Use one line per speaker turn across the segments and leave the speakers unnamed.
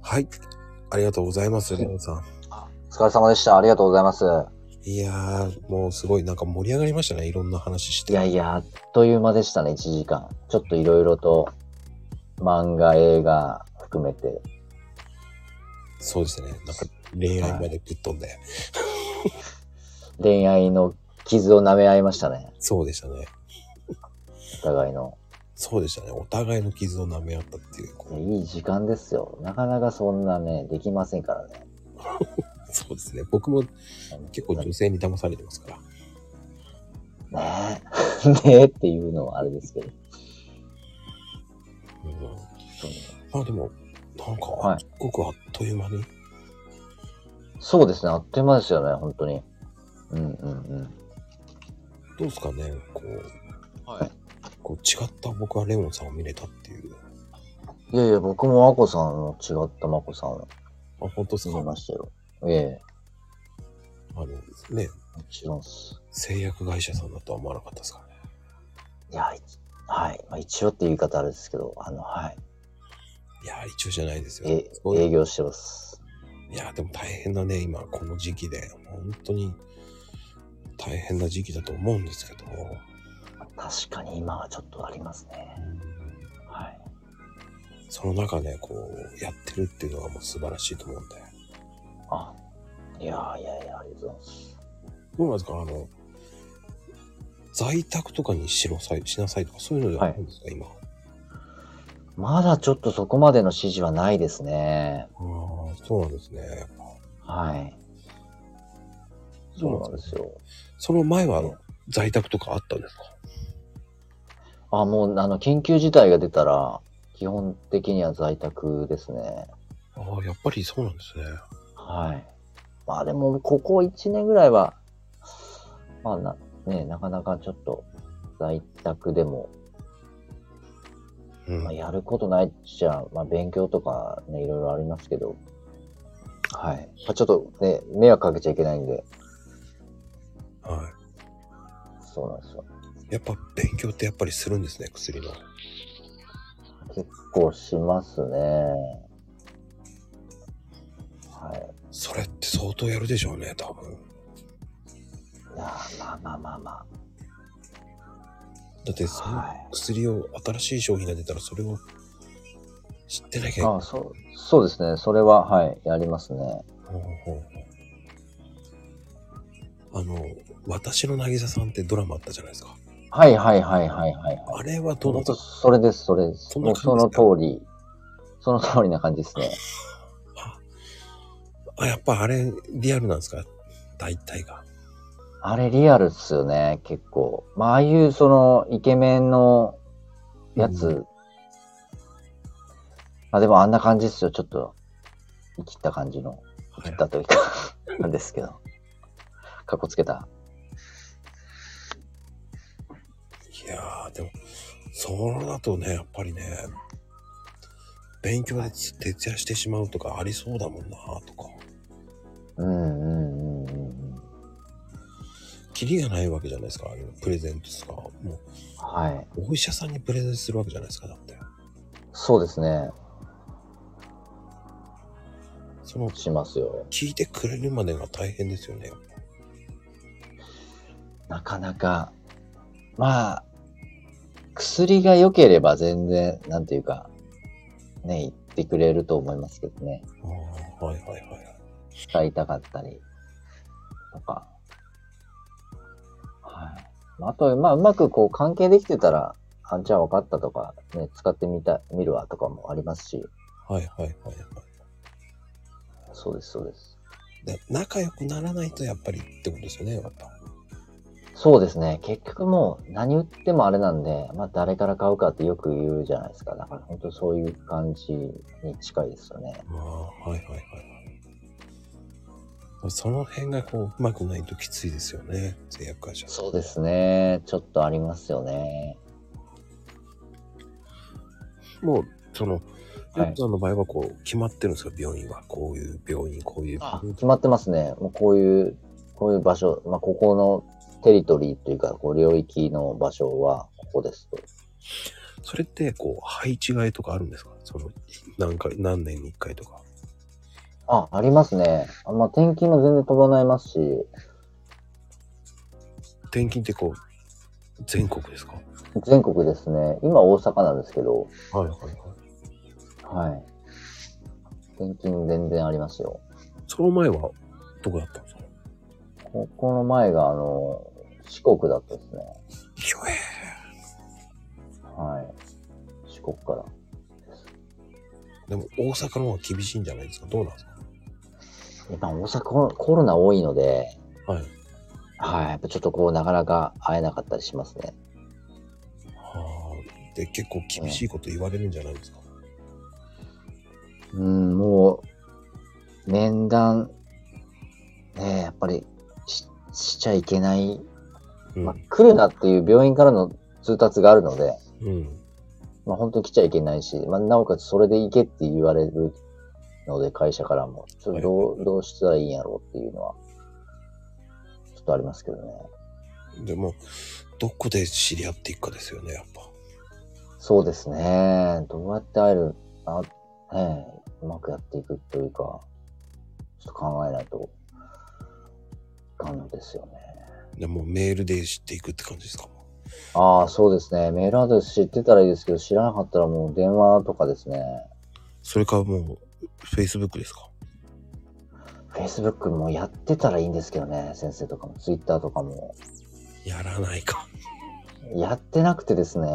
はい。ありがとうございます、レオンさん。
お疲れ様でした。ありがとうございます。
いやー、もうすごい、なんか盛り上がりましたね。いろんな話し
い
て。
やいや、あっという間でしたね、1時間。ちょっといろいろと、漫画、映画含めて。
そうですね。なんか恋愛までぶっ飛んで。
恋愛の傷を舐め合いましたね、
そうでしたね。
お互いの。
そうでしたね。お互いの傷を舐め合ったっていう。こ
いうやいい時間ですよ。なかなかそんなね、できませんからね。
そうですね。僕も結構女性に騙されてますから。
ねえ。ね えっていうのはあれですけど。
うんまあでも、なんか、
はい
すごくあっという間に。
そうですね、あっという間ですよね、本当に。うんうん
どうですかね、こう、
はい。
こう違った僕はレオンさんを見れたっていう。
うん。いやいや、僕もあこさんの違ったまこさんを
あ、本当ですか
見ましたよ。え
あの、ね、
え、もちろんっす。
製薬会社さんだとは思わなかったですからね。
いや、いはい。まあ、一応っていう言い方あれですけど、あの、はい。
いやー、一応じゃないですよ。
え
すごい
営業してます。
いやー、でも大変だね、今、この時期で。本当に、大変な時期だと思うんですけど。
確かに今はちょっとありますね。はい。
その中で、こう、やってるっていうのはもう素晴らしいと思うんで。
あ、いやいやいや、ありがとうございます。
どうなんですかあの、在宅とかにしろさい、しなさいとか、そういうのじゃないんですか、今。
まだちょっとそこまでの指示はないですね。
ああ、そうなんですね。やっぱ
はい。そうなんですよ。
その前は、あの、在宅とかあったんですか
あ、もう、あの、緊急事態が出たら、基本的には在宅ですね。
ああ、やっぱりそうなんですね。
はい。まあでも、ここ1年ぐらいは、まあな、ね、なかなかちょっと、在宅でも、
うん
まあ、やることないっちゃ、まあ勉強とかね、いろいろありますけど、はい。まあ、ちょっとね、迷惑かけちゃいけないんで、
は
そうなんですよ。
い。やっぱ勉強ってやっぱりするんですね、薬の。
結構しますね。はい。
それって相当やるでしょうね、多分。
いやーまあまあまあま
だって
あ。
その
はい。
薬を、新しい商品が出たらそれを知ってなきゃいけない
あそう、そうですね。それは、はい、やりますね。
ほうほうほうあの、私の渚さんってドラマあったじゃないですか。
はいはいはいはいはい、はい。
あれはどの、
それです、それです。
そん
も
な
う
感
そ
じ
の
ですか
通り。その通りな感じですね。
あ、やっぱあれリアルなんですか大体が。
あれリアルっすよね、結構。まあ、ああいうそのイケメンのやつ。
うん
まあでもあんな感じっすよ、ちょっと。生きった感じの。
は
生
い
きっ。たという か、なんですけど。かっこつけた。
いやー、でも、そうだとね、やっぱりね、勉強でつ徹夜してしまうとかありそうだもんなとか、
うんうんうんうんうん。
キリがないわけじゃないですか、あれのプレゼントとか。も
はい。
う、お医者さんにプレゼントするわけじゃないですか、だって。
そうですね。
その、
しますよ。
聞いてくれるまでが大変ですよね。
なかなか、まあ、薬が良ければ全然、なんていうか、ね、言ってくれると思いますけどね。
ああ、はいはいはい。
使いたかったり、とか。はい。あと、まあ、うまくこう関係できてたら、あんちゃん分かったとか、ね、使ってみた、見るわとかもありますし、
はいはいはいはい。
そうです、そうです。
で仲良くならないとやっぱりってことですよね、やっぱ。
そうですね。結局もう何売ってもあれなんで、まあ誰から買うかってよく言うじゃないですか。だから本当そういう感じに近いですよね。
ああ、はいはいはい。その辺がこう、うまくないときついですよね、製薬会社。
そうですね。ちょっとありますよね。
もう、その、
はい
ヨッツさんの場合はこう、決まってるんですか、病院は。こういう病院、こういう病
あ
院。
決まってますね。もうこういう、こういう場所、まあここのテリトリーというか、こう領域の場所はここですと。
それって、こう、配置換えとかあるんですかその、何回、何年に1回とか。
あ、ありますね。あまあ、転勤も全然飛ばないますし、
転勤ってこう、全国ですか
全国ですね。今大阪なんですけど、
はいはいはい。
はい。転勤全然ありますよ。
その前は、どこだったんですか
ここの前が、あの、四国だったですね。
ひょえ
はい。四国から。
でも大阪の方が厳しいんじゃないですかどうなんですか
今、大阪コロコロナ多いので、
はい。
はい。やっぱちょっとこう、なかなか会えなかったりしますね。
はあ。で、結構厳しいこと言われるんじゃないですか、
うん、もう、面談、ねえやっぱりししちゃいけない。
うん、
まあ、来るなっていう病院からの通達があるので、
うん。
まあ、本当に来ちゃいけないし、まあ、なおかつそれで行けって言われるので、会社からも。ちょっとどう、どうしたらいいんやろうっていうのは、ちょっとありますけどね。
でも、どこで知り合っていくかですよね、やっぱ。
そうですね。どうやって会える、あ、ねえ、うまくやっていくというか、ちょっと考えないと、いかんのですよね。
でもうメールで知っていくって感じですか
ああ、そうですね。メールアドレス知ってたらいいですけど、知らなかったらもう電話とかですね。
それかもう、Facebook ですか
Facebook もやってたらいいんですけどね。先生とかも、Twitter とかも。
やらないか。
やってなくてですね。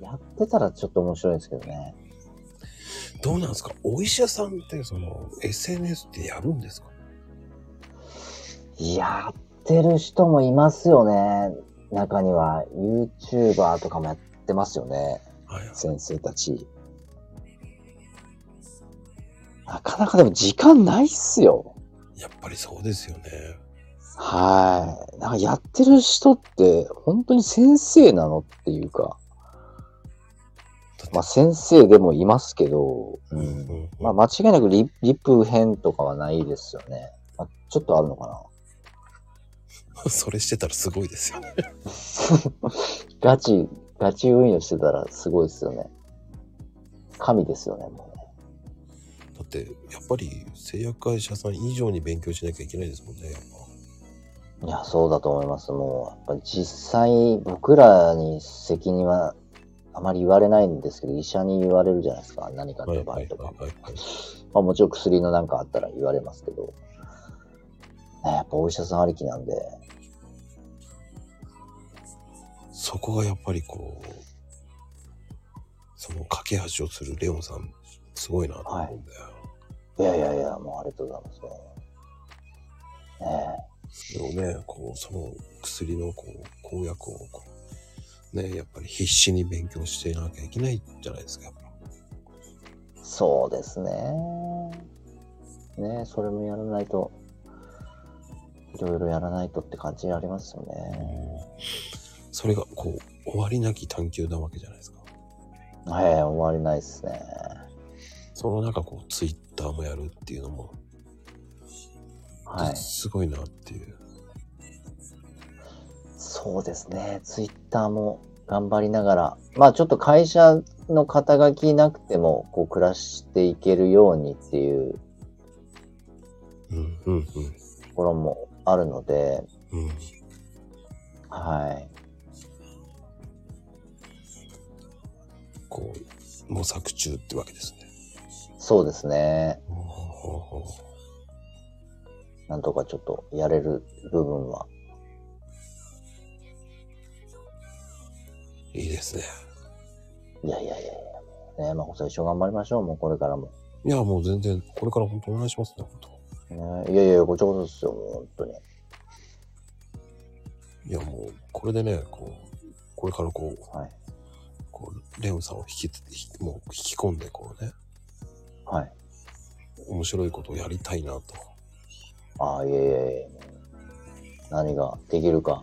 やってたらちょっと面白いですけどね。
どうなんですかお医者さんって、その、SNS ってやるんですか
やってる人もいますよね。中には YouTuber とかもやってますよね。
はいはい。
先生たち。なかなかでも時間ないっすよ。
やっぱりそうですよね。
はい。なんかやってる人って本当に先生なのっていうか、
だって
まあ先生でもいますけど、
う
う
ん
ん
うん
まあ間違いなくリリプ編とかはないですよね。まあ、ちょっとあるのかな。
それしてたらすごいですよね。
ガチ、ガチ運用してたらすごいですよね。神ですよね、もうね。
だって、やっぱり製薬会社さん以上に勉強しなきゃいけないですもんね、やっ
いや、そうだと思います。もう、やっぱ実際、僕らに責任はあまり言われないんですけど、医者に言われるじゃないですか。何か
ぱ。
あっ
はい
た場
は
合
い
とか
は。いはい。
まあもちろん薬のなんかあったら言われますけど、ね、やっぱお医者さんありきなんで、
そこがやっぱりこう、その架け橋をするレオンさん、すごいなと思うんだよ。
いやいやいや、もうありがとうございますね。ね
でもね、こう、その薬のこう、公約をこう、ね、やっぱり必死に勉強していなきゃいけないじゃないですか、やっぱ
えそうですね。ねえそれもやらないと、いろいろやらないとって感じありますよね。
それがこう、終わりなき探求なわけじゃないですか。
ええ、終わりないですね。
その中こう、ツイッターもやるっていうのも、
はい。
すごいなっていう。
そうですね、ツイッターも頑張りながら、まあちょっと会社の肩書きなくても、こう暮らしていけるようにっていう
うんうんうん。
ところもあるので、
うん、
はい。
こう模索中ってわけですね。
そうですね、
お
なんとかちょっとやれる部分は。
ーいいですね。
いやいやいやいや、ね、まこさん一生頑張りましょう、もうこれからも。
いやもう全然これから本当お願いしますね本当。
ね、いやいや、ごちゃごちゃですよ、もう本当に。
いやもうこれでねこうこれからこう
はい。
こうレオンさんを引き引きもう引き込んでこうね
はい。
面白いことをやりたいなと。
ああ、いやいやいや、何ができるか。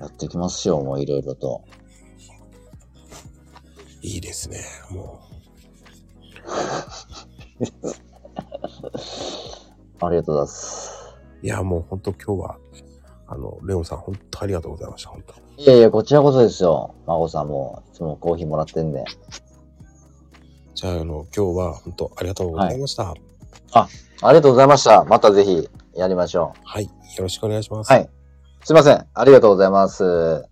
やっていきますよ、もういろいろと。
いいですねも
ありがとうございます。
ういやもう本当今日はあのレオンさん本当ありがとうございました本当。
いやいや、こちらこそですよ。孫さんも、いつもコーヒーもらってんで。
じじゃあ、あの、今日は本当ありがとうございました。はい。
ありがとうございました。またぜひやりましょう。
よろしくお願いします。
はい。すいません。ありがとうございます。